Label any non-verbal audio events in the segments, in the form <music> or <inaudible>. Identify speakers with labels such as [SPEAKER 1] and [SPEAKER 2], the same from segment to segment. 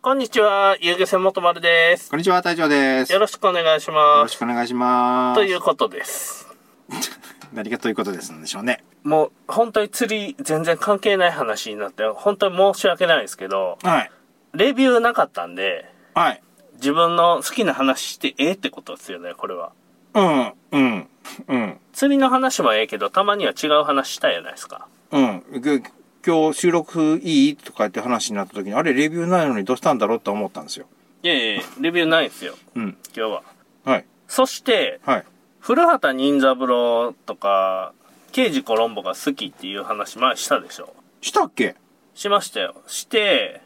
[SPEAKER 1] こんにちは、遊漁船元丸です。
[SPEAKER 2] こんにちは、隊長です。
[SPEAKER 1] よ
[SPEAKER 2] よ
[SPEAKER 1] ろしくお願いしま
[SPEAKER 2] ろ
[SPEAKER 1] す
[SPEAKER 2] し。くお願いします。
[SPEAKER 1] ということです。
[SPEAKER 2] 何がということですんでしょうね。
[SPEAKER 1] もう、本当に釣り全然関係ない話になって、本当に申し訳ないですけど、
[SPEAKER 2] はい。
[SPEAKER 1] レビューなかったんで、
[SPEAKER 2] はい。
[SPEAKER 1] 自分の好きな話してええってことですよね、これは。
[SPEAKER 2] うん、うん、うん、
[SPEAKER 1] 釣りの話もええけど、たまには違う話したいじゃないですか。
[SPEAKER 2] うん。ぐ今日収録いいとかって話になった時に、あれ、レビューないのにどうしたんだろうと思ったんですよ。
[SPEAKER 1] いやいや、レビューないんですよ、
[SPEAKER 2] うん。
[SPEAKER 1] 今日は。
[SPEAKER 2] はい。
[SPEAKER 1] そして、
[SPEAKER 2] はい。
[SPEAKER 1] 古畑任三郎とか、刑事コロンボが好きっていう話前したでしょ。
[SPEAKER 2] したっけ
[SPEAKER 1] しましたよ。して、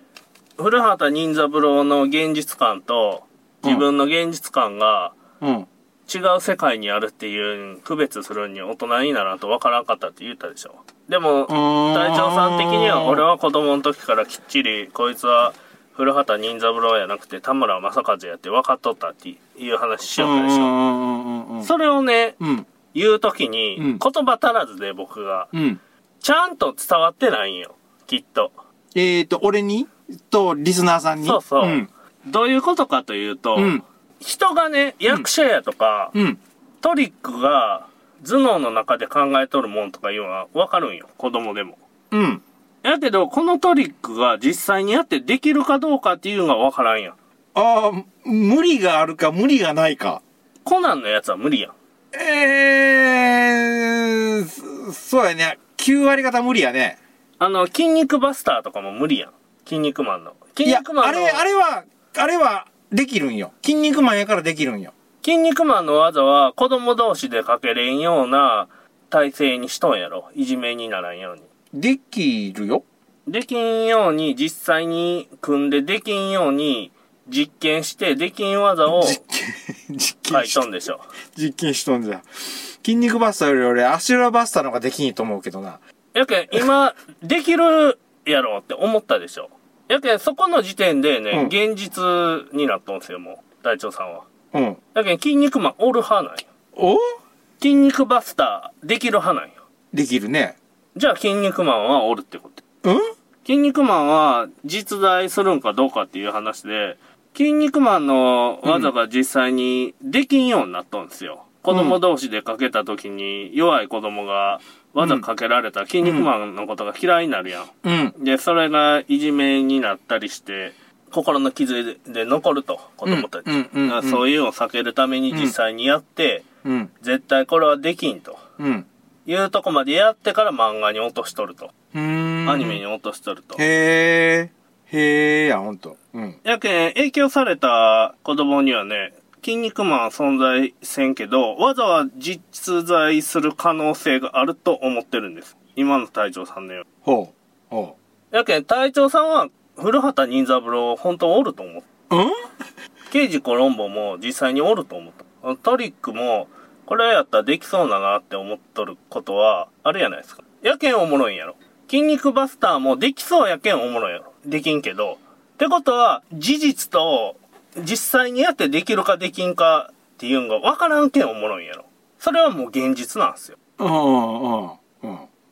[SPEAKER 1] 古畑任三郎の現実感と、自分の現実感が
[SPEAKER 2] うん。
[SPEAKER 1] 違う世界にあるっていう、区別するに大人にならんとわからんかったって言ったでしょ。でも、
[SPEAKER 2] ーん
[SPEAKER 1] 隊長さん的には、俺は子供の時からきっちり、こいつは古畑任三郎やなくて田村正和やって分かっとったっていう話し
[SPEAKER 2] う
[SPEAKER 1] よ
[SPEAKER 2] ん、
[SPEAKER 1] ったで
[SPEAKER 2] う
[SPEAKER 1] しょ。
[SPEAKER 2] ん、うん、うん。
[SPEAKER 1] それをね、
[SPEAKER 2] うん、
[SPEAKER 1] 言う時に、
[SPEAKER 2] う
[SPEAKER 1] 言
[SPEAKER 2] ん
[SPEAKER 1] 葉足らずで僕が、
[SPEAKER 2] うん。
[SPEAKER 1] ちゃんと伝わってないんよ、きっと。
[SPEAKER 2] えーと、俺にと、リスナーさんに。
[SPEAKER 1] そうそう。
[SPEAKER 2] うん、
[SPEAKER 1] どういうことかというと、
[SPEAKER 2] うん、
[SPEAKER 1] 人がね、役者やとか、
[SPEAKER 2] うん。
[SPEAKER 1] トリックが頭脳の中で考えとるもんとかいうのはわかるんよ、子供でも。
[SPEAKER 2] うん。
[SPEAKER 1] やけど、このトリックが実際にやってできるかどうかっていうのがわからんやん。
[SPEAKER 2] ああ、無理があるか、無理がないか。
[SPEAKER 1] コナンのやつは無理やん。
[SPEAKER 2] えー、そそうやね。9割方無理やね。
[SPEAKER 1] あの、筋肉バスターとかも無理やん。筋肉マンの。
[SPEAKER 2] い
[SPEAKER 1] 筋
[SPEAKER 2] や
[SPEAKER 1] 肉、マ
[SPEAKER 2] あ
[SPEAKER 1] ンの、
[SPEAKER 2] れ、あれは、あれは、できるんよ。筋肉マンやからできるんよ。
[SPEAKER 1] 筋肉マンの技は子供同士でかけれんような体制にしとんやろ。いじめにならんように。
[SPEAKER 2] できるよ。 <laughs>
[SPEAKER 1] できんように実際に組んでできんように実験してできん技を
[SPEAKER 2] 実験、実
[SPEAKER 1] 書
[SPEAKER 2] 験
[SPEAKER 1] い
[SPEAKER 2] し、
[SPEAKER 1] とんでしょ。
[SPEAKER 2] 実験しとんじゃ。筋肉バスターより俺、アシュラバスターの方ができんと思うけどな。
[SPEAKER 1] やけん今できるやろって思ったでしょ。やけんそこの時点でね、
[SPEAKER 2] うん
[SPEAKER 1] 現実になっとんすよ、もう。隊長さんは。
[SPEAKER 2] うん。
[SPEAKER 1] やけん筋肉マンおる派なんよ。
[SPEAKER 2] お
[SPEAKER 1] 筋肉バスターできる派なんよ。
[SPEAKER 2] できるね。
[SPEAKER 1] じゃあ筋肉マンはおるってこと。
[SPEAKER 2] うん
[SPEAKER 1] 筋肉マンは実在するんかどうかっていう話で、筋肉マンの技が実際にできんようになったんですよ。子供同士でかけた時に弱い子供が技かけられたら筋肉マンのことが嫌いになるや
[SPEAKER 2] う
[SPEAKER 1] ん。
[SPEAKER 2] ん。
[SPEAKER 1] で、それがいじめになったりして、心の傷で残ると、子供たち。
[SPEAKER 2] うんうんうん
[SPEAKER 1] だからそういうのを避けるために実際にやって、
[SPEAKER 2] うん。
[SPEAKER 1] 絶対これはできんと。
[SPEAKER 2] うん。
[SPEAKER 1] いうとこまでやってから漫画に落としとると。
[SPEAKER 2] うーん。
[SPEAKER 1] アニメに。落としとると。
[SPEAKER 2] へー。へーや、ほんと。うん。
[SPEAKER 1] やけん、影響された子供にはね、筋肉マンは存在せんけど、わざわざ実在する可能性があると思ってるんです。今の隊長さんのよう
[SPEAKER 2] ほう。ほ
[SPEAKER 1] に。やけん、隊長さんは、古畑任三郎、本当おると思う。
[SPEAKER 2] う。うん
[SPEAKER 1] 刑事コロンボも実際におると思った。トリックも、これやったらできそうだなって思っとることは、あるやないですか。やけんおもろいんやろ。筋肉バスターもできそうやけんおもろいやろ。できんけど。ってことは、事実と、実際にやってできるかできんかっていうんが分からんけんおもろいんやろ。それはもう現実なんですよ。
[SPEAKER 2] うんうん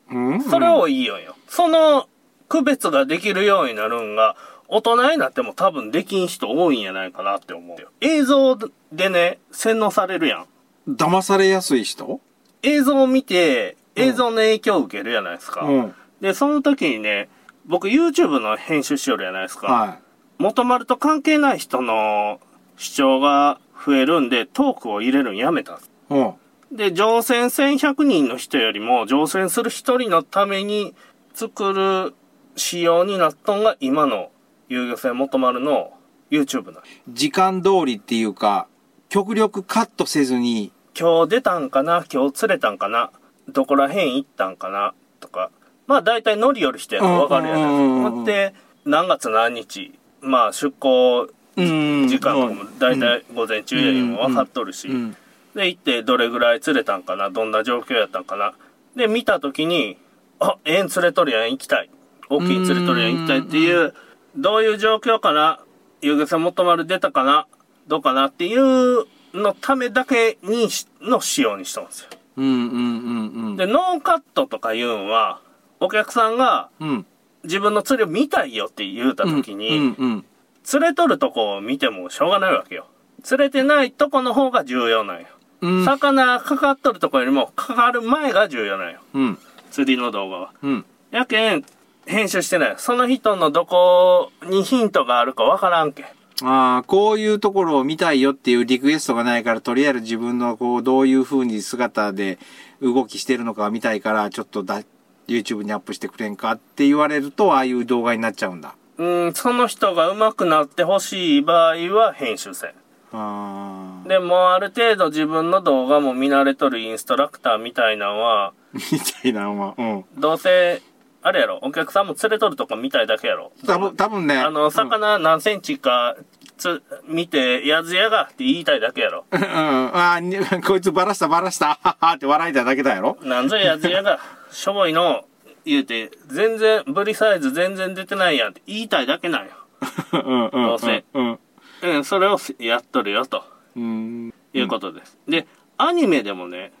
[SPEAKER 2] うんうん。
[SPEAKER 1] それをいいよんよ。その、区別ができるようになるんが、大人になっても多分できん人多いんやないかなって思うよ。映像でね、洗脳されるやん。
[SPEAKER 2] 騙されやすい人
[SPEAKER 1] 映像を見て、映像の影響を受けるやないですか。
[SPEAKER 2] うん。
[SPEAKER 1] で、その時にね、僕 YouTube の編集しよるやないですか。
[SPEAKER 2] は
[SPEAKER 1] 元丸と関係ない人の主張が増えるんで、トークを入れるんやめたんです
[SPEAKER 2] い。うん。
[SPEAKER 1] で、乗船1100人の人よりも、乗船する一人のために作る仕様になったんが、今の遊漁船元丸の YouTube なの
[SPEAKER 2] 時間通りっていうか、極力カットせずに、
[SPEAKER 1] 今日出たんかな今日釣れたんかなどこら辺行ったんかなとか。まあ大体乗りよる人やとわかるやない
[SPEAKER 2] うんうんうんうん
[SPEAKER 1] ほんで、何月何日、まあ出港
[SPEAKER 2] うん
[SPEAKER 1] 時間とかも大体午前中よりも分かっとるし。
[SPEAKER 2] うん。
[SPEAKER 1] で行ってどれぐらい釣れたんかなどんな状況やったんかなで見た時にあ円釣れとるやん行きたい大きい釣れとるやん行きたいっていうどういう状況かな湯気さ元丸出たかなどうかなっていうのためだけにしの仕様にしたんですよ
[SPEAKER 2] うんうんうんうん。
[SPEAKER 1] でノーカットとかいうんはお客さんが
[SPEAKER 2] うん。
[SPEAKER 1] 自分の釣りを見たいよって言うた時に、
[SPEAKER 2] うんうん。
[SPEAKER 1] 連れとるとこを見てもしょうがないわけよ。連れてないとこの方が重要なんよ。
[SPEAKER 2] うん。
[SPEAKER 1] 魚かかっとるとこよりも、かかる前が重要なんよ。
[SPEAKER 2] うん。
[SPEAKER 1] 釣りの動画は。
[SPEAKER 2] うん。
[SPEAKER 1] やけん、編集してない。その人のどこにヒントがあるかわからんけん。
[SPEAKER 2] ああ、こういうところを見たいよっていうリクエストがないから、とりあえず自分のこう、どういう風に姿で動きしてるのか見たいから、ちょっとだ、YouTube にアップしてくれんかって言われると、ああいう動画になっちゃうんだ。
[SPEAKER 1] うん、その人が上手くなってほしい場合は編集せん。
[SPEAKER 2] ああ。
[SPEAKER 1] でもある程度自分の動画も見慣れとるインストラクターみたいなんは、
[SPEAKER 2] みたいなのは、うん。
[SPEAKER 1] どうせ、あれやろ、お客さんも連れとるとか見たいだけやろ。
[SPEAKER 2] 多分、多分ね。
[SPEAKER 1] あ
[SPEAKER 2] う
[SPEAKER 1] の、
[SPEAKER 2] ん
[SPEAKER 1] 魚何センチか、つ、見て、やずやがって言いたいだけやろ。
[SPEAKER 2] うんうん。ああ、に <laughs> こいつバラしたバラした、はっはって笑いただけだやろ
[SPEAKER 1] なんぞやずやが、しょぼいの、言うて、全然、ブリサイズ全然出てないやんって言いたいだけなんよ。
[SPEAKER 2] うんうんうん。
[SPEAKER 1] どうせ
[SPEAKER 2] うん。
[SPEAKER 1] うん、それをやっとるよ、と
[SPEAKER 2] うん。
[SPEAKER 1] いうことです。で、アニメでもね、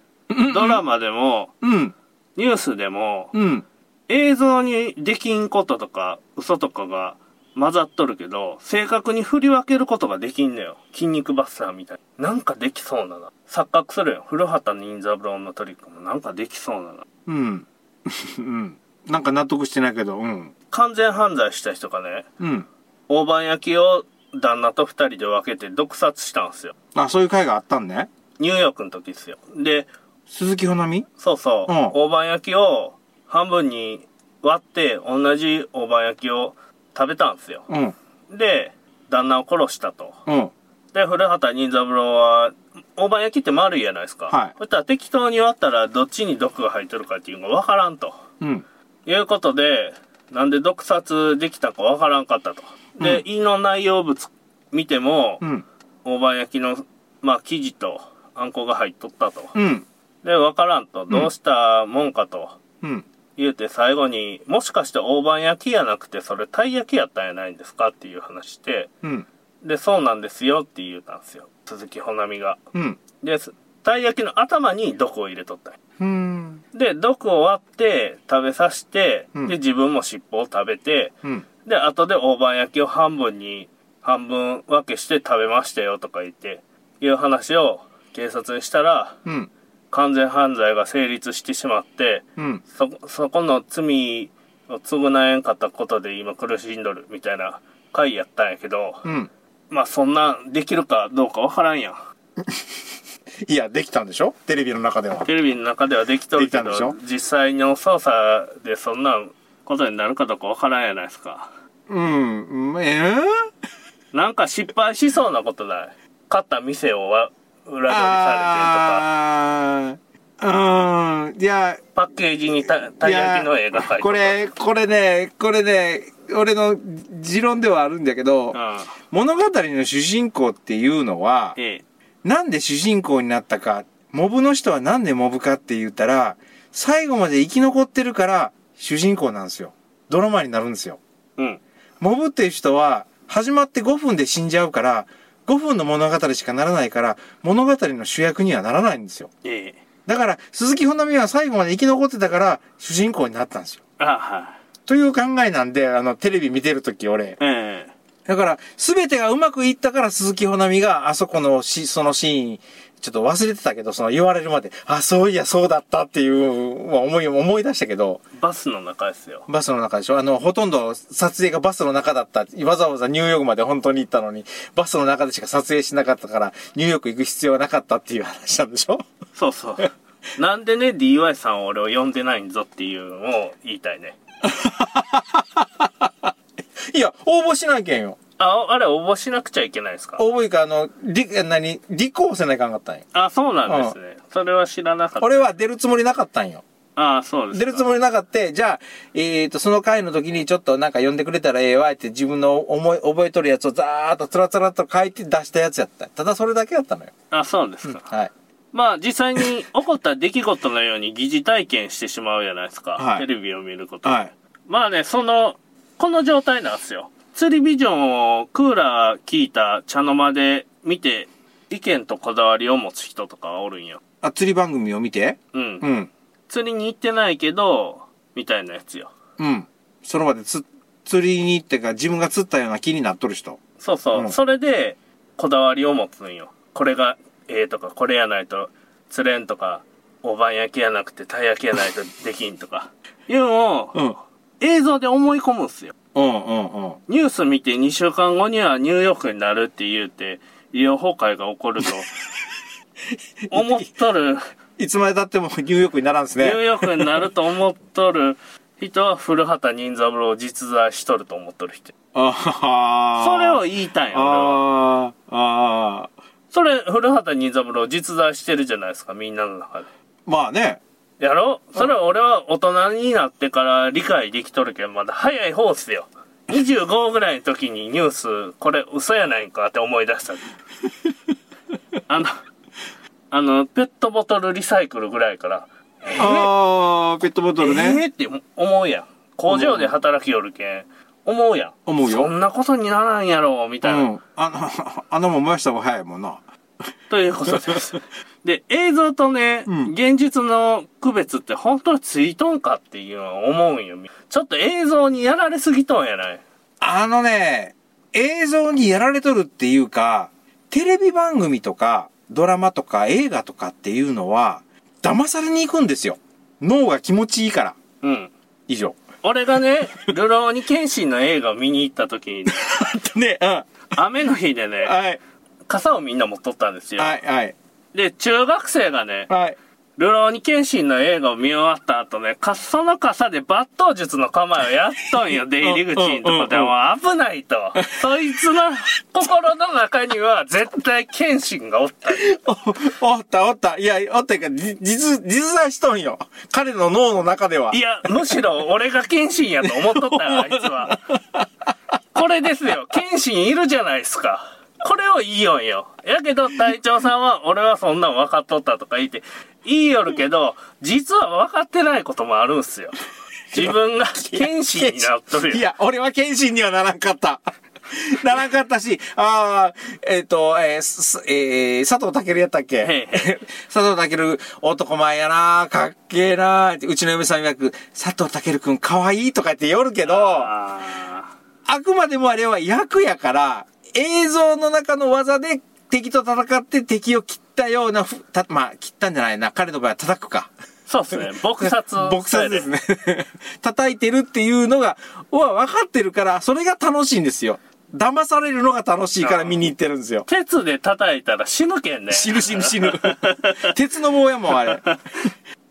[SPEAKER 1] ドラマでも、
[SPEAKER 2] うん。
[SPEAKER 1] ニュースでも、
[SPEAKER 2] うん。
[SPEAKER 1] 映像にできんこととか、嘘とかが混ざっとるけど、正確に振り分けることができんのよ。筋肉バスターみたいに。なんかできそうなな。錯覚するよ。古畑任三郎のトリックもなんかできそうなな。
[SPEAKER 2] うん。うん。なんか納得してないけど、うん。
[SPEAKER 1] 完全犯罪した人がね、
[SPEAKER 2] うん。
[SPEAKER 1] 大判焼きを旦那と二人で分けて毒殺したんすよ。
[SPEAKER 2] あ、そういう会があったんね。
[SPEAKER 1] ニューヨークの時っすよ。で、
[SPEAKER 2] 鈴木ほなみ
[SPEAKER 1] そうそう、
[SPEAKER 2] うん
[SPEAKER 1] 大判焼きを半分に割って同じ大判焼きを食べたんすよ。
[SPEAKER 2] うん。
[SPEAKER 1] で、旦那を殺したと。
[SPEAKER 2] うん。
[SPEAKER 1] で、古畑任三郎は、大判焼きって丸いじゃないですか。
[SPEAKER 2] はい
[SPEAKER 1] そしたら適当に割ったらどっちに毒が入ってるかっていうのが分からんと。
[SPEAKER 2] うん。
[SPEAKER 1] いうことで、なんで毒殺できたか分からんかったと。で、胃の内容物見ても、
[SPEAKER 2] うん。
[SPEAKER 1] 大判焼きの、まあ、生地とあんこが入っとったと。
[SPEAKER 2] うん。
[SPEAKER 1] で、分からんと。どうしたもんかと。
[SPEAKER 2] うん。
[SPEAKER 1] 言うて最後に、もしかして大判焼きやなくて、それたい焼きやったんやないんですかっていう話して、
[SPEAKER 2] うん。
[SPEAKER 1] で、そうなんですよって言うたんですよ。鈴木ほなみが。
[SPEAKER 2] うん。
[SPEAKER 1] で、すたい焼きの頭に毒を入れとったんよ
[SPEAKER 2] うん。
[SPEAKER 1] で、毒を割って、食べさせて、
[SPEAKER 2] うん
[SPEAKER 1] で、自分も尻尾を食べて、
[SPEAKER 2] うん。
[SPEAKER 1] で、後で大判焼きを半分に、半分分けして食べましたよとか言って、いう話を警察にしたら、
[SPEAKER 2] うん。
[SPEAKER 1] 完全犯罪が成立してしまって、
[SPEAKER 2] うん。
[SPEAKER 1] そ、そこの罪を償えんかったことで今苦しんどるみたいな回やったんやけど、
[SPEAKER 2] うん。
[SPEAKER 1] まあそんなできるかどうかわからんやん。
[SPEAKER 2] いや、できたんでしょテレビの中では。
[SPEAKER 1] テレビの中ではできとるけど
[SPEAKER 2] できたんで
[SPEAKER 1] 実際の捜査でそんなことになるかどうかわからんやないですか
[SPEAKER 2] うん。うんえー、
[SPEAKER 1] なんか失敗しそうなことない買った店をわ裏取りさ
[SPEAKER 2] ああ。うん。いや、
[SPEAKER 1] れてとかパッケージにたたい焼きの絵が描いて
[SPEAKER 2] これ、これね、これね、俺の持論ではあるんだけど、
[SPEAKER 1] うん
[SPEAKER 2] 物語の主人公っていうのは、
[SPEAKER 1] ええ
[SPEAKER 2] なんで主人公になったか、モブの人はなんでモブかって言ったら、最後まで生き残ってるから主人公なんですよ。ドラマになるんですよ。
[SPEAKER 1] うん
[SPEAKER 2] モブっていう人は、始まって5分で死んじゃうから、5分の物語しかならないから、物語の主役にはならないんですよ。
[SPEAKER 1] ええ
[SPEAKER 2] だから、鈴木穂波は最後まで生き残ってたから、主人公になったんですよ。
[SPEAKER 1] あは
[SPEAKER 2] という考えなんで、あの、テレビ見てるとき俺。
[SPEAKER 1] いええ
[SPEAKER 2] だから、すべてがうまくいったから鈴木穂波が、あそこのし、そのシーン、ちょっと忘れてたけど、その言われるまで、あ、そういや、そうだったっていう、まあ思い、思い出したけど、
[SPEAKER 1] バスの中ですよ
[SPEAKER 2] バスの中でしょあの、ほとんど撮影がバスの中だった。わざわざニューヨークまで本当に行ったのに、バスの中でしか撮影しなかったから、ニューヨーク行く必要はなかったっていう話なんでしょ
[SPEAKER 1] そうそう。 <laughs> なんでね、DY さんを俺を呼んでないんぞっていうのを言いたいね。
[SPEAKER 2] いや、応募しなきゃんよ。
[SPEAKER 1] あ、あれ応募しなくちゃいけないですか
[SPEAKER 2] 応募いうか、あの、り、何、立候補せないかんかったんよ。
[SPEAKER 1] あ、そうなんですね。それは知らなかった。
[SPEAKER 2] 俺は出るつもりなかったんよ。
[SPEAKER 1] あ、そうですか。
[SPEAKER 2] 出るつもりなかった。じゃあ、えっ、と、その回の時にちょっとなんか呼んでくれたらええわって自分の思い、覚えとるやつをザーッとつらつらっと書いて出したやつやった。ただそれだけやったのよ。
[SPEAKER 1] あ、そうですか。
[SPEAKER 2] はい。
[SPEAKER 1] まあ、実際に起こった出来事のように疑似体験してしまうじゃないですか。
[SPEAKER 2] はい
[SPEAKER 1] テレビを見ること。
[SPEAKER 2] はい。
[SPEAKER 1] まあね、その、この状態なんですよ。釣りビジョンをクーラー効いた茶の間で見て、意見とこだわりを持つ人とかおるんよ。
[SPEAKER 2] あ、釣り番組を見て
[SPEAKER 1] うん。
[SPEAKER 2] うん。
[SPEAKER 1] 釣りに行ってないけど、みたいなやつよ。
[SPEAKER 2] うん。その場でつ釣りに行ってか、自分が釣ったような気になっとる人。
[SPEAKER 1] そうそう、
[SPEAKER 2] うん
[SPEAKER 1] それでこだわりを持つんよこれがええとかこれやないと釣れんとかおばん焼きやなくてたい焼きやないとできんとかいうのを、
[SPEAKER 2] うん。
[SPEAKER 1] 映像で思い込むんすよ
[SPEAKER 2] うんうんうん。
[SPEAKER 1] ニュース見て2週間後にはニューヨークになるって言うて医療崩壊が起こる
[SPEAKER 2] <laughs>
[SPEAKER 1] と思っとる
[SPEAKER 2] いつまで経っても <laughs> ニューヨークにならんです
[SPEAKER 1] ニュー
[SPEAKER 2] ね。
[SPEAKER 1] ヨークになると思っとる人は古畑任三郎を実在しとると思っとる人
[SPEAKER 2] ああ。
[SPEAKER 1] それを言いたいんよ俺は
[SPEAKER 2] ああ、ああ。
[SPEAKER 1] それ古畑任三郎実在してるじゃないですかみんなの中で
[SPEAKER 2] まあね。
[SPEAKER 1] やろそれは俺は大人になってから理解できとるけんまだ早い方っすよ25ぐらいの時にニュースこれ嘘やないんかって思い出したあのあのペットボトルリサイクルぐらいから
[SPEAKER 2] ああ、ペットボトル
[SPEAKER 1] え
[SPEAKER 2] ね。
[SPEAKER 1] ーって思うやん工場で働きよるけん思うやん
[SPEAKER 2] 思うよ
[SPEAKER 1] そんなことにならんやろみ
[SPEAKER 2] う
[SPEAKER 1] たいな、
[SPEAKER 2] ん。あの、あ <laughs> のもん燃やした方が早いもんな。
[SPEAKER 1] ということですで映像とね、
[SPEAKER 2] うん
[SPEAKER 1] 現実の区別って本当についとんかっていうのは思うんよちょっと映像にやられすぎとんやない
[SPEAKER 2] あのね、映像にやられとるっていうか、テレビ番組とか、ドラマとか映画とかっていうのは、騙されに行くんですよ。脳が気持ちいいから。
[SPEAKER 1] うん
[SPEAKER 2] 以上。
[SPEAKER 1] 俺がね <laughs> 「流浪に剣心」の映画を見に行った時にね、
[SPEAKER 2] <laughs> ね、うん。
[SPEAKER 1] 雨の日でね
[SPEAKER 2] はい。
[SPEAKER 1] 傘をみんな持っとったんですよ、
[SPEAKER 2] はい、はい。
[SPEAKER 1] で中学生がね
[SPEAKER 2] はい。
[SPEAKER 1] ルローニケンシンの映画を見終わった後ね、かその傘で抜刀術の構えをやっと
[SPEAKER 2] <laughs>
[SPEAKER 1] んよ、出入り口のとこで。
[SPEAKER 2] うんうんうん
[SPEAKER 1] もう危ないと。そいつの心の中には絶対ケンシンがおった。
[SPEAKER 2] おおったおった。いや、おったか、じ実、実在しとんよ。彼の脳の中では。
[SPEAKER 1] いや、むしろ俺がケンシンやと思っとった
[SPEAKER 2] <laughs>
[SPEAKER 1] よ、あいつは。これですよ、ケンシンいるじゃないですか。これを言いよんよ。やけど隊長さんは、俺はそんなん分かっとったとか言って、言いよるけど、実は分かってないこともあるんすよ。自分が剣士になっとるよ。
[SPEAKER 2] いや、俺は謙信にはならんかった。 <laughs> ならんかったし、ああ、えっ、と、えーすえー佐藤健やったっけ
[SPEAKER 1] へいへ
[SPEAKER 2] <laughs> 佐藤健、男前やなかっけえなってうちの嫁さん曰く、佐藤健くんかわいいとか言って言るけど、あ
[SPEAKER 1] あ
[SPEAKER 2] くまでもあれは役やから、映像の中の技で敵と戦って敵を切ったようなふ、たまあ、切ったんじゃないな。彼の場合は叩くか。
[SPEAKER 1] ーそうっすね。撲殺。<laughs>
[SPEAKER 2] <laughs> 撲殺です。ね。叩いてるっていうのが、は分かってるから、それが楽しいんですよ。騙されるのが楽しいから見に行ってるんですよ。
[SPEAKER 1] 鉄で叩いたら死ぬけんね。
[SPEAKER 2] 死ぬ死ぬ死ぬ。 <laughs> 鉄の棒やもん、あれ。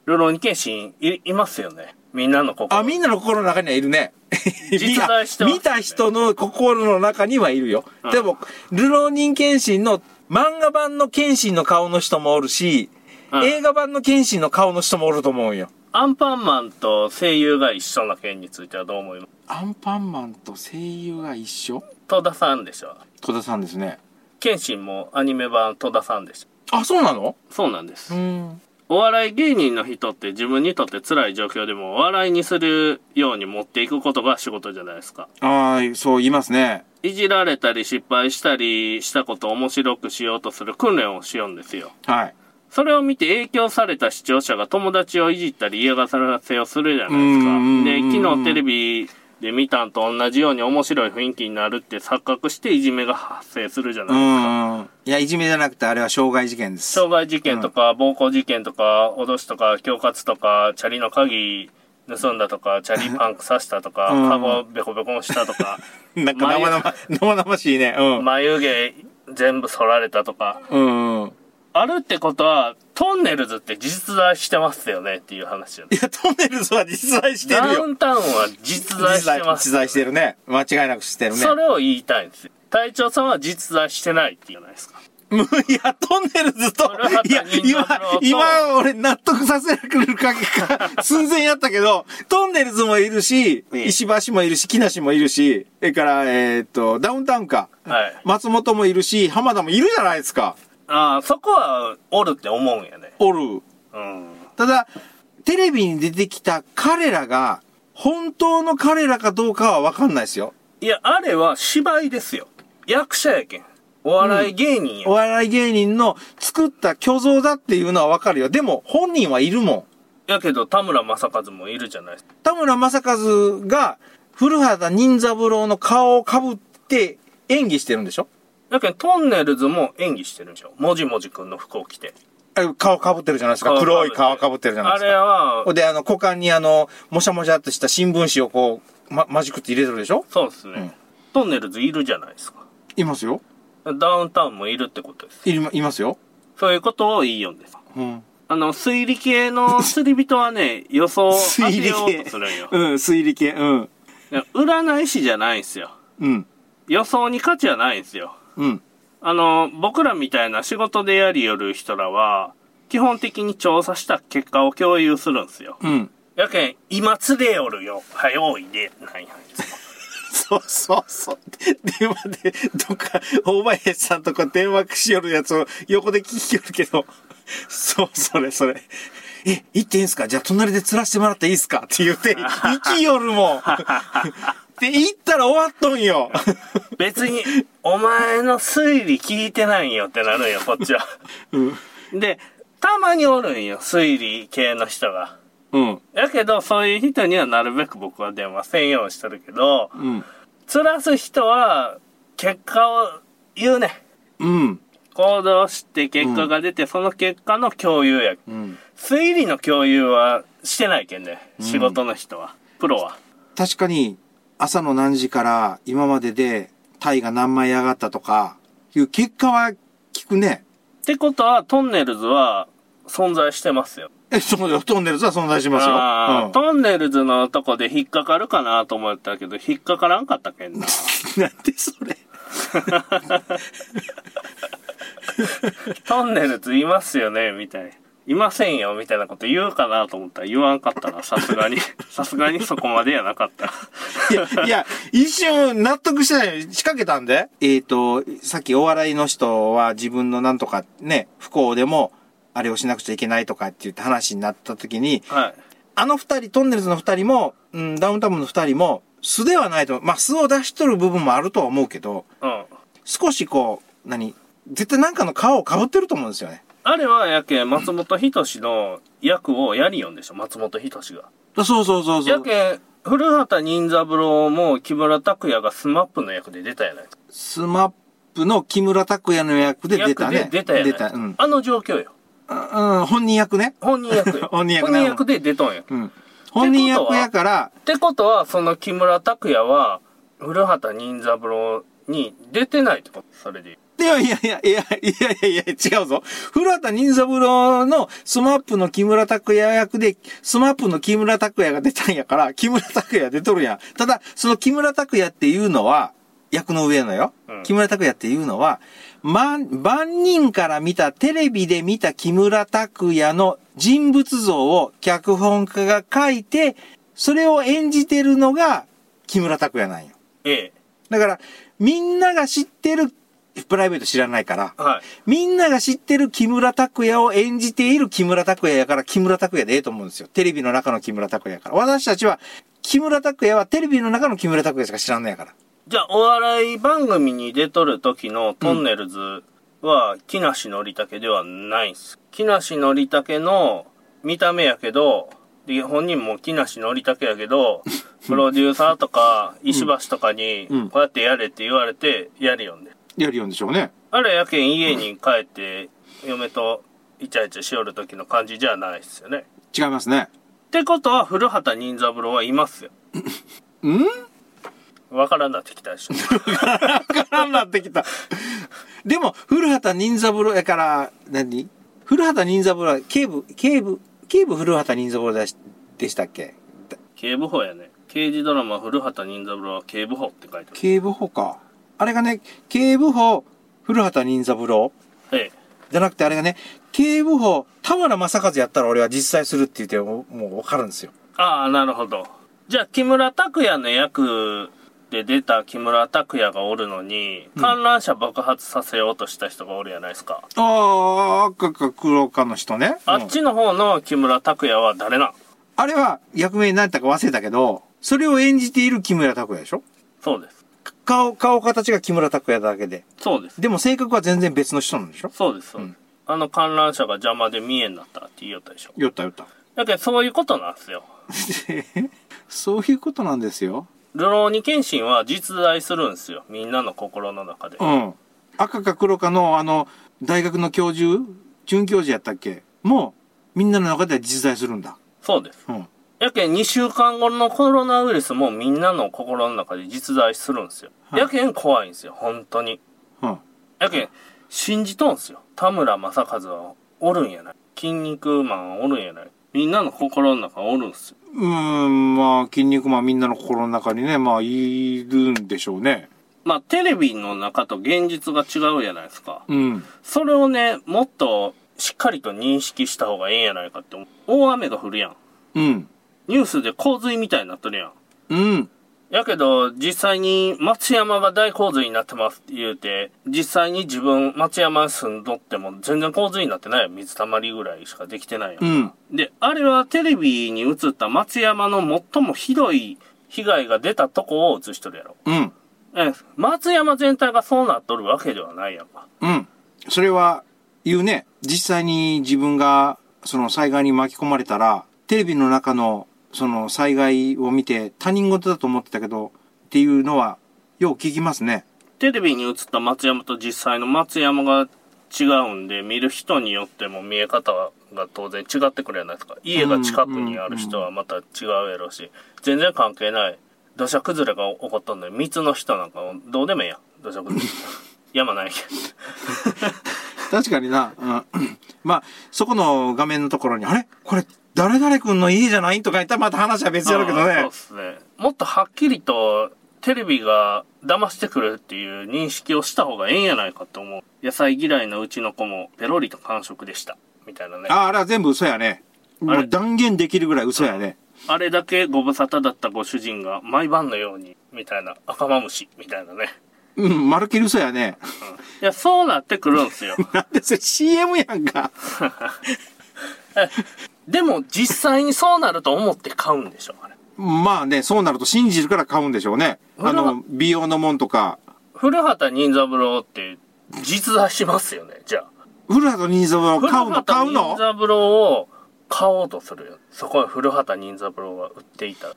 [SPEAKER 1] ルロニケンシンいいますよね。みんなの心。
[SPEAKER 2] あ、みんなの心の中にはいるね。 <laughs>
[SPEAKER 1] 実在してますね
[SPEAKER 2] 見た見た人の心の中にはいるよ。
[SPEAKER 1] うん
[SPEAKER 2] でも、ルローニン剣心の漫画版の剣心の顔の人もおるし、
[SPEAKER 1] うん
[SPEAKER 2] 映画版の剣心の顔の人もおると思うんよ。
[SPEAKER 1] アンパンマンと声優が一緒な件についてはどう思います
[SPEAKER 2] アンパンマンと声優が一緒
[SPEAKER 1] 戸田さんでしょ
[SPEAKER 2] 戸田さんですね。
[SPEAKER 1] 謙信もアニメ版戸田さんでしょ
[SPEAKER 2] あ、そうなの
[SPEAKER 1] そうなんです、
[SPEAKER 2] ん。
[SPEAKER 1] お笑い芸人の人って自分にとって辛い状況でもお笑いにするように持っていくことが仕事じゃないですか
[SPEAKER 2] ああ、そう言いますね。
[SPEAKER 1] いじられたり失敗したりしたことを面白くしようとする訓練をしようんですよ
[SPEAKER 2] はい。
[SPEAKER 1] それを見て影響された視聴者が友達をいじったり嫌がらせをするじゃな
[SPEAKER 2] うんうんう
[SPEAKER 1] い
[SPEAKER 2] ん
[SPEAKER 1] ですか。で、昨日テレビで見たんと同じように面白い雰囲気になるって錯覚していじめが発生するじゃな
[SPEAKER 2] う
[SPEAKER 1] いですか。
[SPEAKER 2] んうん。いや、いじめじゃなくて、あれは傷害事件です。
[SPEAKER 1] 傷害事件とか暴行事件とか脅しとか恐喝とかチャリの鍵盗んだとかチャリパンク刺したとか
[SPEAKER 2] うん
[SPEAKER 1] カゴベコベコにしたと
[SPEAKER 2] <laughs>
[SPEAKER 1] か
[SPEAKER 2] なんか生々、生々しいね。うん。
[SPEAKER 1] 眉毛全部剃られたとか
[SPEAKER 2] うんうん。
[SPEAKER 1] あるってことはトンネルズって実在してますよねっていう話よね
[SPEAKER 2] いや、トンネルズは実在して
[SPEAKER 1] ダ
[SPEAKER 2] る
[SPEAKER 1] ウ
[SPEAKER 2] よ。
[SPEAKER 1] ンタウンは実在してます
[SPEAKER 2] 実在してるね。間違いなくしてるね。
[SPEAKER 1] それを言いたいんですよ隊長さんは実在してないって言うじゃないですか
[SPEAKER 2] もういや、トンネルズと
[SPEAKER 1] それは、
[SPEAKER 2] いや、
[SPEAKER 1] 他人
[SPEAKER 2] 今
[SPEAKER 1] のブロ、ーと
[SPEAKER 2] 今、俺納得させてくれるか
[SPEAKER 1] <laughs>
[SPEAKER 2] けか、寸前やったけど、トンネルズもいるし、
[SPEAKER 1] ええ
[SPEAKER 2] 石橋もいるし、木梨もいるし、それから、えーっと、ダウンタウンか。
[SPEAKER 1] はい
[SPEAKER 2] 松本もいるし、浜田もいるじゃないですか。
[SPEAKER 1] ああそこはおるって思うんやね
[SPEAKER 2] おる。
[SPEAKER 1] うん
[SPEAKER 2] ただ、テレビに出てきた彼らが、本当の彼らかどうかはわかんないですよ。
[SPEAKER 1] いやあれは芝居ですよ役者やけんお笑い芸人や、
[SPEAKER 2] お笑い芸人の作った虚像だっていうのはわかるよ。でも、本人はいるもん。
[SPEAKER 1] やけど田村正和もいるじゃないですか
[SPEAKER 2] 田村正和が古畑任三郎の顔をかぶって演技してるんでしょ
[SPEAKER 1] やけん、トンネルズも演技してるんでしょ。もじもじくんの服を着て。
[SPEAKER 2] あ顔かぶってるじゃないですか。
[SPEAKER 1] 顔被って
[SPEAKER 2] 黒い顔かぶってるじゃない
[SPEAKER 1] あ
[SPEAKER 2] です
[SPEAKER 1] れ
[SPEAKER 2] か。
[SPEAKER 1] は
[SPEAKER 2] ほ、んで、あの、股間にあの、もしゃもしゃっとした新聞紙をこう、ま、マジックって入れてるでしょ
[SPEAKER 1] そうですね、
[SPEAKER 2] うん
[SPEAKER 1] トンネルズいるじゃないですか。
[SPEAKER 2] いますよ。
[SPEAKER 1] ダウンタウンもいるってことです。
[SPEAKER 2] いりま、いますよ。
[SPEAKER 1] そういうことを言いよんです。
[SPEAKER 2] うん。
[SPEAKER 1] あの、推理系
[SPEAKER 2] <laughs>
[SPEAKER 1] の釣り人はね、予想を当てようとするんよ。
[SPEAKER 2] うん、推理系。うん。
[SPEAKER 1] いや占い師じゃないんすよ。
[SPEAKER 2] うん。
[SPEAKER 1] 予想に価値はないんすよ。
[SPEAKER 2] うん。
[SPEAKER 1] あの、僕らみたいな仕事でやりよる人らは、基本的に調査した結果を共有するんすよ。
[SPEAKER 2] うん。
[SPEAKER 1] やけん、今釣れよるよ。はよいで。 <laughs> ないはい。
[SPEAKER 2] そうそうそう。電話で、どっか、大林さんとか電話しよるやつを横で聞きよるけど、そう、それ、それ。え、行っていいんすかじゃあ隣で釣らしてもらっていいんすかって言って、行きよるもん。で、行ったら終わっとんよ。
[SPEAKER 1] 別に、お前の推理聞いてないんよってなるんよ、こっちは。
[SPEAKER 2] うん。
[SPEAKER 1] で、たまにおるんよ、推理系の人が。
[SPEAKER 2] うん。
[SPEAKER 1] やけど、そういう人にはなるべく僕は電話せんようにしてるけど、
[SPEAKER 2] うん。
[SPEAKER 1] つらす人は、結果を言うね。
[SPEAKER 2] うん。
[SPEAKER 1] 行動して結果が出て、その結果の共有や。
[SPEAKER 2] うん。
[SPEAKER 1] 推理の共有はしてないけんね。仕事の人は。プロは。
[SPEAKER 2] 確かに、朝の何時から今までで、タイが何枚上がったとか、いう結果は聞くね。
[SPEAKER 1] ってことは、トンネルズは存在してますよ。
[SPEAKER 2] え、そうだよ。トンネルズは存在しますよ。
[SPEAKER 1] あー
[SPEAKER 2] うん
[SPEAKER 1] トンネルズのとこで引っかかるかなと思ったけど、引っかからんかったけんな。
[SPEAKER 2] なんでそれ
[SPEAKER 1] トンネルズいますよね、みたいな。いませんよ、みたいなこと言うかなと思ったら言わんかったな、さすが
[SPEAKER 2] <laughs>
[SPEAKER 1] に。さすがにそこまでやなかった。
[SPEAKER 2] いや、いや、一瞬納得してない。仕掛けたんで。えっ、と、さっきお笑いの人は自分のなんとかね、不幸でも、あれをしなくちゃいけないとかって言って話になった時に、
[SPEAKER 1] はい。
[SPEAKER 2] あの二人、トンネルズの二人も、うん、ダウンタウンの二人も、素ではないと思う。まあ、素を出しとる部分もあるとは思うけど、
[SPEAKER 1] うん。
[SPEAKER 2] 少しこう、何絶対なんかの皮を被ってると思うんですよね。
[SPEAKER 1] あれはやけん、松本人志の役をやりよんでしょ、松本人志が。
[SPEAKER 2] そうそうそうそ
[SPEAKER 1] や
[SPEAKER 2] う。
[SPEAKER 1] けん、古畑任三郎も木村拓哉がスマップの役で出たやないか。
[SPEAKER 2] スマップの木村拓哉の役で出たね
[SPEAKER 1] 役。で出たやない
[SPEAKER 2] 出
[SPEAKER 1] か
[SPEAKER 2] た。うん。
[SPEAKER 1] あの状況よ。
[SPEAKER 2] うん、本人役ね。。
[SPEAKER 1] 本人役よ
[SPEAKER 2] <laughs> 本人役ね
[SPEAKER 1] で出とんよ。
[SPEAKER 2] うん。本人役やから、
[SPEAKER 1] ってことは、その木村拓哉は、古畑任三郎に出てないってことそれで。
[SPEAKER 2] いやいやいやいやいやいや違うぞ。古畑任三郎のスマップの木村拓哉役で、スマップの木村拓哉が出たんやから、木村拓哉出とるやん。ただ、その木村拓哉っていうのは、役の上のよ。
[SPEAKER 1] うん
[SPEAKER 2] 木村拓哉っていうのは、ま、万人から見た、テレビで見た木村拓哉の人物像を脚本家が書いて、それを演じてるのが木村拓哉なんよ。
[SPEAKER 1] ええ。
[SPEAKER 2] だから、みんなが知ってる、プライベート知らないから、
[SPEAKER 1] はい。
[SPEAKER 2] みんなが知ってる木村拓哉を演じている木村拓哉やから木村拓哉でええと思うんですよ。テレビの中の木村拓哉やから。私たちは、木村拓哉はテレビの中の木村拓哉しか知らんのやから。
[SPEAKER 1] じゃあ、お笑い番組に出とる時のトンネルズは、木梨憲武ではないんす。木梨憲武の見た目やけど、で本人も木梨憲武やけ
[SPEAKER 2] <laughs>
[SPEAKER 1] ど、プロデューサーとか石橋とかに
[SPEAKER 2] うん、
[SPEAKER 1] こうやってやれって言われて、やるよんで。
[SPEAKER 2] やるよんでしょうね。
[SPEAKER 1] あれやけん家に帰って、嫁とイチャイチャしよる時の感じじゃないっすよね。
[SPEAKER 2] 違いますね。
[SPEAKER 1] ってことは、古畑任三郎はいますよ。
[SPEAKER 2] ん
[SPEAKER 1] わからんなってきたでしょ。
[SPEAKER 2] からんなってきた。でも、古畑任三郎やから、何古畑任三郎は、警部、警部、警部古畑任三郎でしでしたっけ
[SPEAKER 1] 警部補やね。刑事ドラマ、古畑任三郎は警部補って書いてあ
[SPEAKER 2] 警部補か。あれがね、警部補、古畑任三郎
[SPEAKER 1] る。ええ。
[SPEAKER 2] じゃなくてあれがね、警部補、田村正和やったら俺は実際するって言ってももうわかるんですよ。
[SPEAKER 1] ああ、なるほど。じゃあ、木村拓哉の役で出た木村拓哉がおるのに、観覧車爆発させようとした人がおるやないですか。
[SPEAKER 2] ああ、赤か黒かの人ね。
[SPEAKER 1] あっちの方の木村拓哉は誰なん
[SPEAKER 2] あれは役名になったか忘れたけど、それを演じている木村拓哉でしょ
[SPEAKER 1] そうです。
[SPEAKER 2] 顔、顔形が木村拓哉だけで。
[SPEAKER 1] そうです。
[SPEAKER 2] でも性格は全然別の人なんでしょ
[SPEAKER 1] そうです、そうです。あの観覧車が邪魔で見えんなったって言いよったでしょ。
[SPEAKER 2] <laughs> よったよった。
[SPEAKER 1] だけど、そういうことなんですよ。
[SPEAKER 2] そういうことなんですよ。
[SPEAKER 1] ルローニケンシンは実在するんですよ。みんなの心の中で。
[SPEAKER 2] うん。赤か黒かの、あの、大学の教授准教授やったっけもう、みんなの中では実在するんだ。
[SPEAKER 1] そうです。
[SPEAKER 2] うん。
[SPEAKER 1] やけん2週間後のコロナウイルスもみんなの心の中で実在するんですよ。
[SPEAKER 2] はい
[SPEAKER 1] やけん怖いんですよ、本当に。
[SPEAKER 2] うん。
[SPEAKER 1] やけん、信じとんすよ。田村正和はおるんやない。筋肉マンはおるんやない。みんなの心の中おるんすよ。
[SPEAKER 2] うーん、まあ、筋肉マンみんなの心の中にね、まあ、いるんでしょうね。
[SPEAKER 1] まあ、テレビの中と現実が違うじゃないですか。
[SPEAKER 2] うん。
[SPEAKER 1] それをね、もっとしっかりと認識した方がええんやないかって思う。大雨が降るやん。
[SPEAKER 2] うん。
[SPEAKER 1] ニュースで洪水みたいになっとるやん。
[SPEAKER 2] うん。
[SPEAKER 1] やけど、実際に松山が大洪水になってますって言うて、実際に自分、松山に住んどっても全然洪水になってないよ。水たまりぐらいしかできてないよ。
[SPEAKER 2] うん。
[SPEAKER 1] で、あれはテレビに映った松山の最もひどい被害が出たとこを映しとるやろ。
[SPEAKER 2] うん。
[SPEAKER 1] ええ、松山全体がそうなっとるわけではないやんか。
[SPEAKER 2] うん。それは、言うね。実際に自分が、その災害に巻き込まれたら、テレビの中の、その災害を見て、他人事だと思ってたけど、っていうのは、よう聞きますね。
[SPEAKER 1] テレビに映った松山と実際の松山が違うんで、見る人によっても見え方が当然違ってくるやないですか。家が近くにある人はまた違うやろうし、全然関係ない。土砂崩れが起こったんで、水の人なんかどうでもええやん。土砂崩れ。山ないけん。
[SPEAKER 2] <laughs> 確かにな。うん。まあ、そこの画面のところに、あれこれ、誰々君の家じゃないとか言ったらまた話は別やろうけど
[SPEAKER 1] あーそ
[SPEAKER 2] ね
[SPEAKER 1] うっ。すね。もっとはっきりと、テレビが騙してくるっていう認識をした方がええんやないかと思う。野菜嫌いのうちの子もペロリと完食でした。みたいなね。あ
[SPEAKER 2] ああ、あれは全部嘘やね。も
[SPEAKER 1] あれ
[SPEAKER 2] う断言できるぐらい嘘やね。
[SPEAKER 1] れだけご無沙汰だったご主人が毎晩のように、みたいな。赤マムシ、みたいなね。
[SPEAKER 2] うん、まるっきり嘘やね。 <laughs>
[SPEAKER 1] うんいや、そうなってくるんすよ。
[SPEAKER 2] なんでそれ CM やんか。
[SPEAKER 1] でも実際にそうなると思って買うんでしょ、あれ。
[SPEAKER 2] まあね、そうなると信じるから買うんでしょうね。あ
[SPEAKER 1] 俺は
[SPEAKER 2] の、美容のもんとか、
[SPEAKER 1] 古畑任三郎って実在しますよね、じゃあ。
[SPEAKER 2] 古畑任三郎
[SPEAKER 1] 古
[SPEAKER 2] 買うの
[SPEAKER 1] 畑
[SPEAKER 2] 買う
[SPEAKER 1] 任
[SPEAKER 2] の
[SPEAKER 1] 三郎を買おうとするよそこへ古畑任三郎は売っていた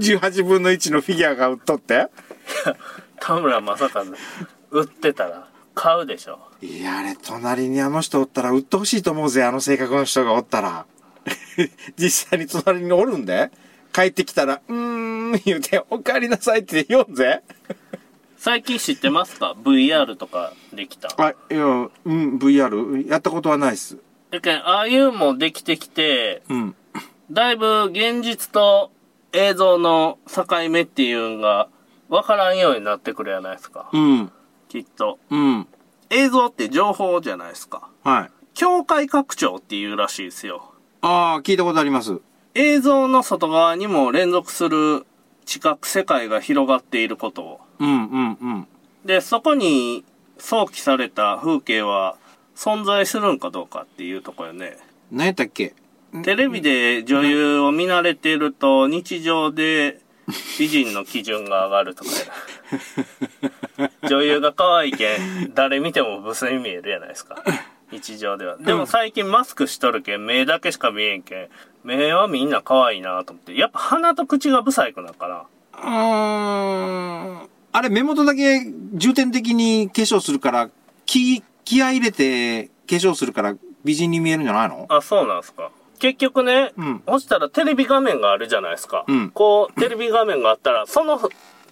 [SPEAKER 2] ?18 分の1のフィギュアが売っとって。
[SPEAKER 1] 田村正和売ってたら買うでしょ
[SPEAKER 2] いや、あれ、隣にあの人おったら売ってほしいと思うぜ、あの性格の人がおったら。 <laughs> 実際に隣におるんで。帰ってきたら、うーん、言うて、お帰りなさいって言おうぜ。
[SPEAKER 1] 最近知ってますか VR とかできた
[SPEAKER 2] あ、いや、うん、VR、やったことはないっす。
[SPEAKER 1] だけどああいうもできてきて
[SPEAKER 2] うん。
[SPEAKER 1] だいぶ現実と映像の境目っていうんが分からんようになってくるやないですか
[SPEAKER 2] うん。
[SPEAKER 1] きっと
[SPEAKER 2] うん。
[SPEAKER 1] 映像って情報じゃないですか
[SPEAKER 2] はい。
[SPEAKER 1] 境界拡張っていうらしいですよ
[SPEAKER 2] ああ、聞いたことあります。
[SPEAKER 1] 映像の外側にも連続する知覚世界が広がっていることを。
[SPEAKER 2] うん、うん、うん。
[SPEAKER 1] で、そこに想起された風景は存在するんかどうかっていうとこよね。
[SPEAKER 2] 何やったっけ
[SPEAKER 1] テレビで女優を見慣れてると日常で美人の基準が上がるとかやな女優が可愛いけん誰見てもブスに見えるやないですか日常ではでも最近マスクしとるけん目だけしか見えんけん目はみんな可愛いなと思ってやっぱ鼻と口がブサイクなんかな
[SPEAKER 2] うーんあれ、目元だけ重点的に化粧するから、気、気合い入れて化粧するから美人に見えるんじゃないの
[SPEAKER 1] あ、そうなんですか。結局ね、
[SPEAKER 2] うん
[SPEAKER 1] そしたらテレビ画面があるじゃないですか。
[SPEAKER 2] うん
[SPEAKER 1] こう、テレビ画面があったら、その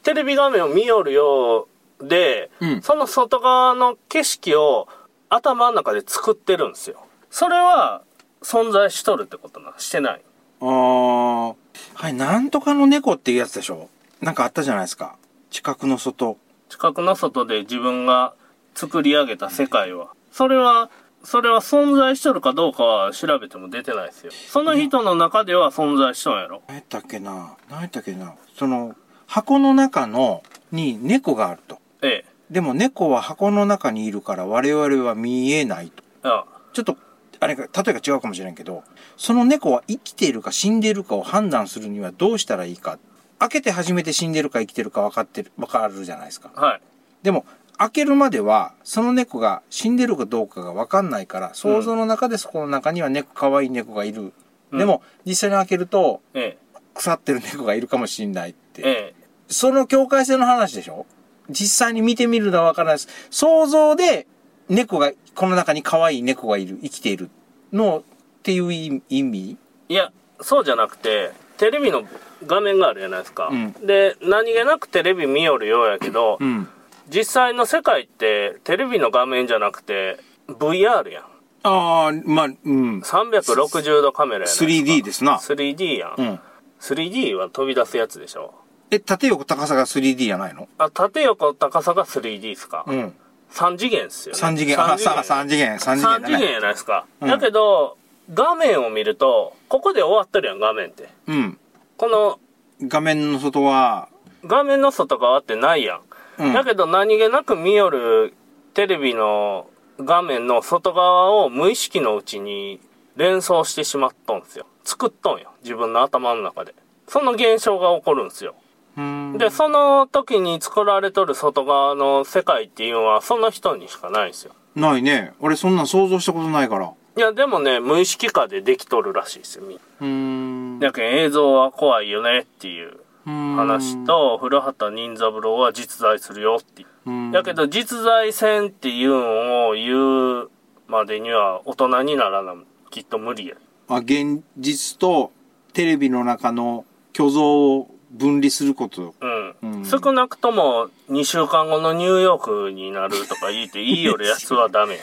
[SPEAKER 1] テレビ画面を見よるようで、
[SPEAKER 2] うん
[SPEAKER 1] その外側の景色を頭の中で作ってるんですよ。それは存在しとるってことな、してない。
[SPEAKER 2] あー。はい、なんとかの猫っていうやつでしょなんかあったじゃないですか。近くの外。
[SPEAKER 1] 近くの外で自分が作り上げた世界は。それは、それは存在しとるかどうかは調べても出てないですよ。その人の中では存在しとんやろ。
[SPEAKER 2] 何やったっけな何やったっけなその、箱の中の、に猫があると。
[SPEAKER 1] ええ。
[SPEAKER 2] でも猫は箱の中にいるから我々は見えないと。
[SPEAKER 1] ああ
[SPEAKER 2] ちょっと、あれが、例えが違うかもしれんけど、その猫は生きているか死んでいるかを判断するにはどうしたらいいか。開けて初めて死んでるか生きてるか分かってる、分かるじゃないですか。
[SPEAKER 1] はい。
[SPEAKER 2] でも、開けるまでは、その猫が死んでるかどうかが分かんないから、想像の中でそこの中には猫、可愛い猫がいる。
[SPEAKER 1] うん
[SPEAKER 2] でも、実際に開けると、
[SPEAKER 1] ええ。
[SPEAKER 2] 腐ってる猫がいるかもしんないって。
[SPEAKER 1] ええ。
[SPEAKER 2] その境界線の話でしょ実際に見てみるのはわからないです。想像で猫が、この中に可愛い猫がいる、生きているのっていう意意味
[SPEAKER 1] いや、そうじゃなくて、テレビの画面があるじゃないですか。
[SPEAKER 2] うん
[SPEAKER 1] で、何気なくテレビ見よるようやけど、
[SPEAKER 2] ん。
[SPEAKER 1] 実際の世界って、テレビの画面じゃなくて、VR やん。
[SPEAKER 2] ああ、まあ、うん。
[SPEAKER 1] 360度カメラやない
[SPEAKER 2] 3D ですな。
[SPEAKER 1] 3D やん、
[SPEAKER 2] うん。
[SPEAKER 1] 3D は飛び出すやつでしょ
[SPEAKER 2] え、縦横高さが 3D じゃないの
[SPEAKER 1] あ縦横高さが 3D っすか、
[SPEAKER 2] ん。
[SPEAKER 1] 3次元っすよね
[SPEAKER 2] 3次元、あ、さあ、3次元、3次元
[SPEAKER 1] 三
[SPEAKER 2] だ
[SPEAKER 1] 次元
[SPEAKER 2] ね。
[SPEAKER 1] やないですか、
[SPEAKER 2] うん
[SPEAKER 1] だけど画面を見るとここで終わってるやん画面って
[SPEAKER 2] うん。
[SPEAKER 1] この
[SPEAKER 2] 画面の外は、
[SPEAKER 1] 画面の外が終わってないやん、
[SPEAKER 2] うん。
[SPEAKER 1] だけど何気なく見よるテレビの画面の外側を無意識のうちに連想してしまっとんすよ作っとんよ自分の頭の中でその現象が起こるんすよ
[SPEAKER 2] うん
[SPEAKER 1] で、その時に作られとる外側の世界っていうのは、その人にしかないんですよ。
[SPEAKER 2] ないね。俺そんなん想像したことないから。
[SPEAKER 1] いや、でもね、無意識化でできとるらしいですよ、みん
[SPEAKER 2] うーん
[SPEAKER 1] な。。だけど映像は怖いよねっていう話
[SPEAKER 2] 話。
[SPEAKER 1] と、古畑任三郎は実在するよっていう。
[SPEAKER 2] うん
[SPEAKER 1] だけど、実在せんっていうのを言うまでには、大人にならな、きっと無理や。
[SPEAKER 2] まあ、現実とテレビの中の虚像を分離すること。
[SPEAKER 1] うん。
[SPEAKER 2] うん
[SPEAKER 1] 少なくとも、2週間後のニューヨークになるとか言って、いいよるやつはダメや。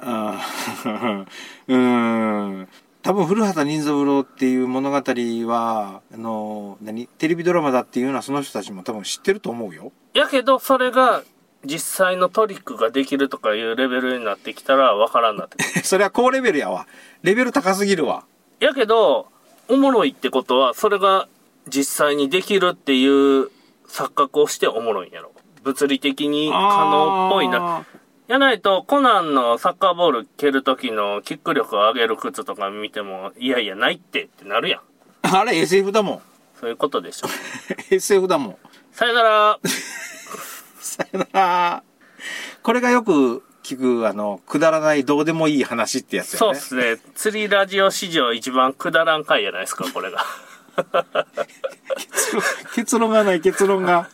[SPEAKER 2] あー <laughs> うーん。多分、古畑任三郎っていう物語は、あの、何テレビドラマだっていうのはその人たちも多分知ってると思うよ。 <laughs>
[SPEAKER 1] やけどそれが実際のトリックができるとかいうレベルになってきたらわからんなってくる
[SPEAKER 2] それは高レベルやわ。レベル高すぎるわ。
[SPEAKER 1] やけどおもろいってことはそれが実際にできるっていう錯覚をしておもろいんやろ物理的に可能っぽいな
[SPEAKER 2] あー。
[SPEAKER 1] やないとコナンのサッカーボール蹴る時のキック力を上げる靴とか見てもいやいやないってってなるやん
[SPEAKER 2] あれ SF だもん。 <laughs>
[SPEAKER 1] そういうことでしょ
[SPEAKER 2] SF だもん。
[SPEAKER 1] さよなら
[SPEAKER 2] <laughs> さよなら。これがよく聞く、あの、くだらないどうでもいい話ってやつ
[SPEAKER 1] そう
[SPEAKER 2] よ
[SPEAKER 1] っ
[SPEAKER 2] <laughs> ね。
[SPEAKER 1] すね釣りラジオ史上一番くだらん回じゃないですかこれが
[SPEAKER 2] 結論結論がない、結論が。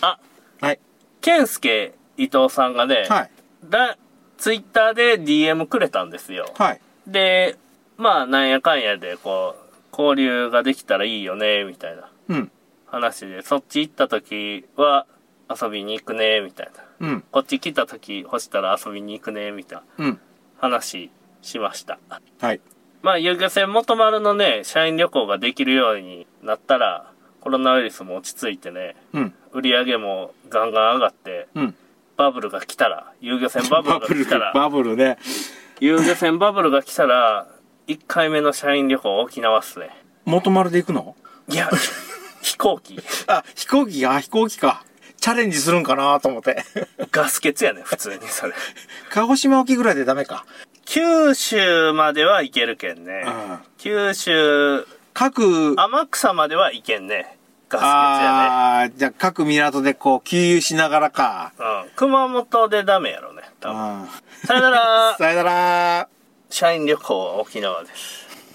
[SPEAKER 1] あ
[SPEAKER 2] はい。
[SPEAKER 1] 健介伊藤さんがね、
[SPEAKER 2] はい。
[SPEAKER 1] だツイッターで DM くれたんですよ、
[SPEAKER 2] はい。
[SPEAKER 1] でまあなんやかんやでこう交流ができたらいいよねみたいな
[SPEAKER 2] うん。
[SPEAKER 1] 話でそっち行った時は遊びに行くねみたいな
[SPEAKER 2] うん。
[SPEAKER 1] こっち来た時干したら遊びに行くねみたいな
[SPEAKER 2] うん。
[SPEAKER 1] 話しました
[SPEAKER 2] はい。
[SPEAKER 1] まあ遊漁船元丸のね社員旅行ができるようになったらコロナウイルスも落ち着いてね
[SPEAKER 2] うん。
[SPEAKER 1] 売り上げもガンガン上がって
[SPEAKER 2] うん。
[SPEAKER 1] バブルが来たら遊漁船バブル
[SPEAKER 2] バ
[SPEAKER 1] が
[SPEAKER 2] ブル、
[SPEAKER 1] 来たら
[SPEAKER 2] バブルね。
[SPEAKER 1] 遊漁船バブルが来たら1回目の社員旅行沖縄っすね
[SPEAKER 2] 元丸で行くの
[SPEAKER 1] いや飛行機
[SPEAKER 2] あ、飛行機が、あ飛行機か。チャレンジするんかなと思 <laughs> って。
[SPEAKER 1] ガス欠やね普通にそれ
[SPEAKER 2] 鹿児島沖ぐらいでダメか。
[SPEAKER 1] 九州までは行けるけんね
[SPEAKER 2] うん
[SPEAKER 1] 九州
[SPEAKER 2] 各、
[SPEAKER 1] 天草までは行けんねガス欠
[SPEAKER 2] あーじゃあ各港でこう、給油しながらか。
[SPEAKER 1] やね、うん、熊本でダメやろね多分
[SPEAKER 2] あ
[SPEAKER 1] さよなら
[SPEAKER 2] <laughs> ーさよなら。
[SPEAKER 1] 社員旅行は沖縄です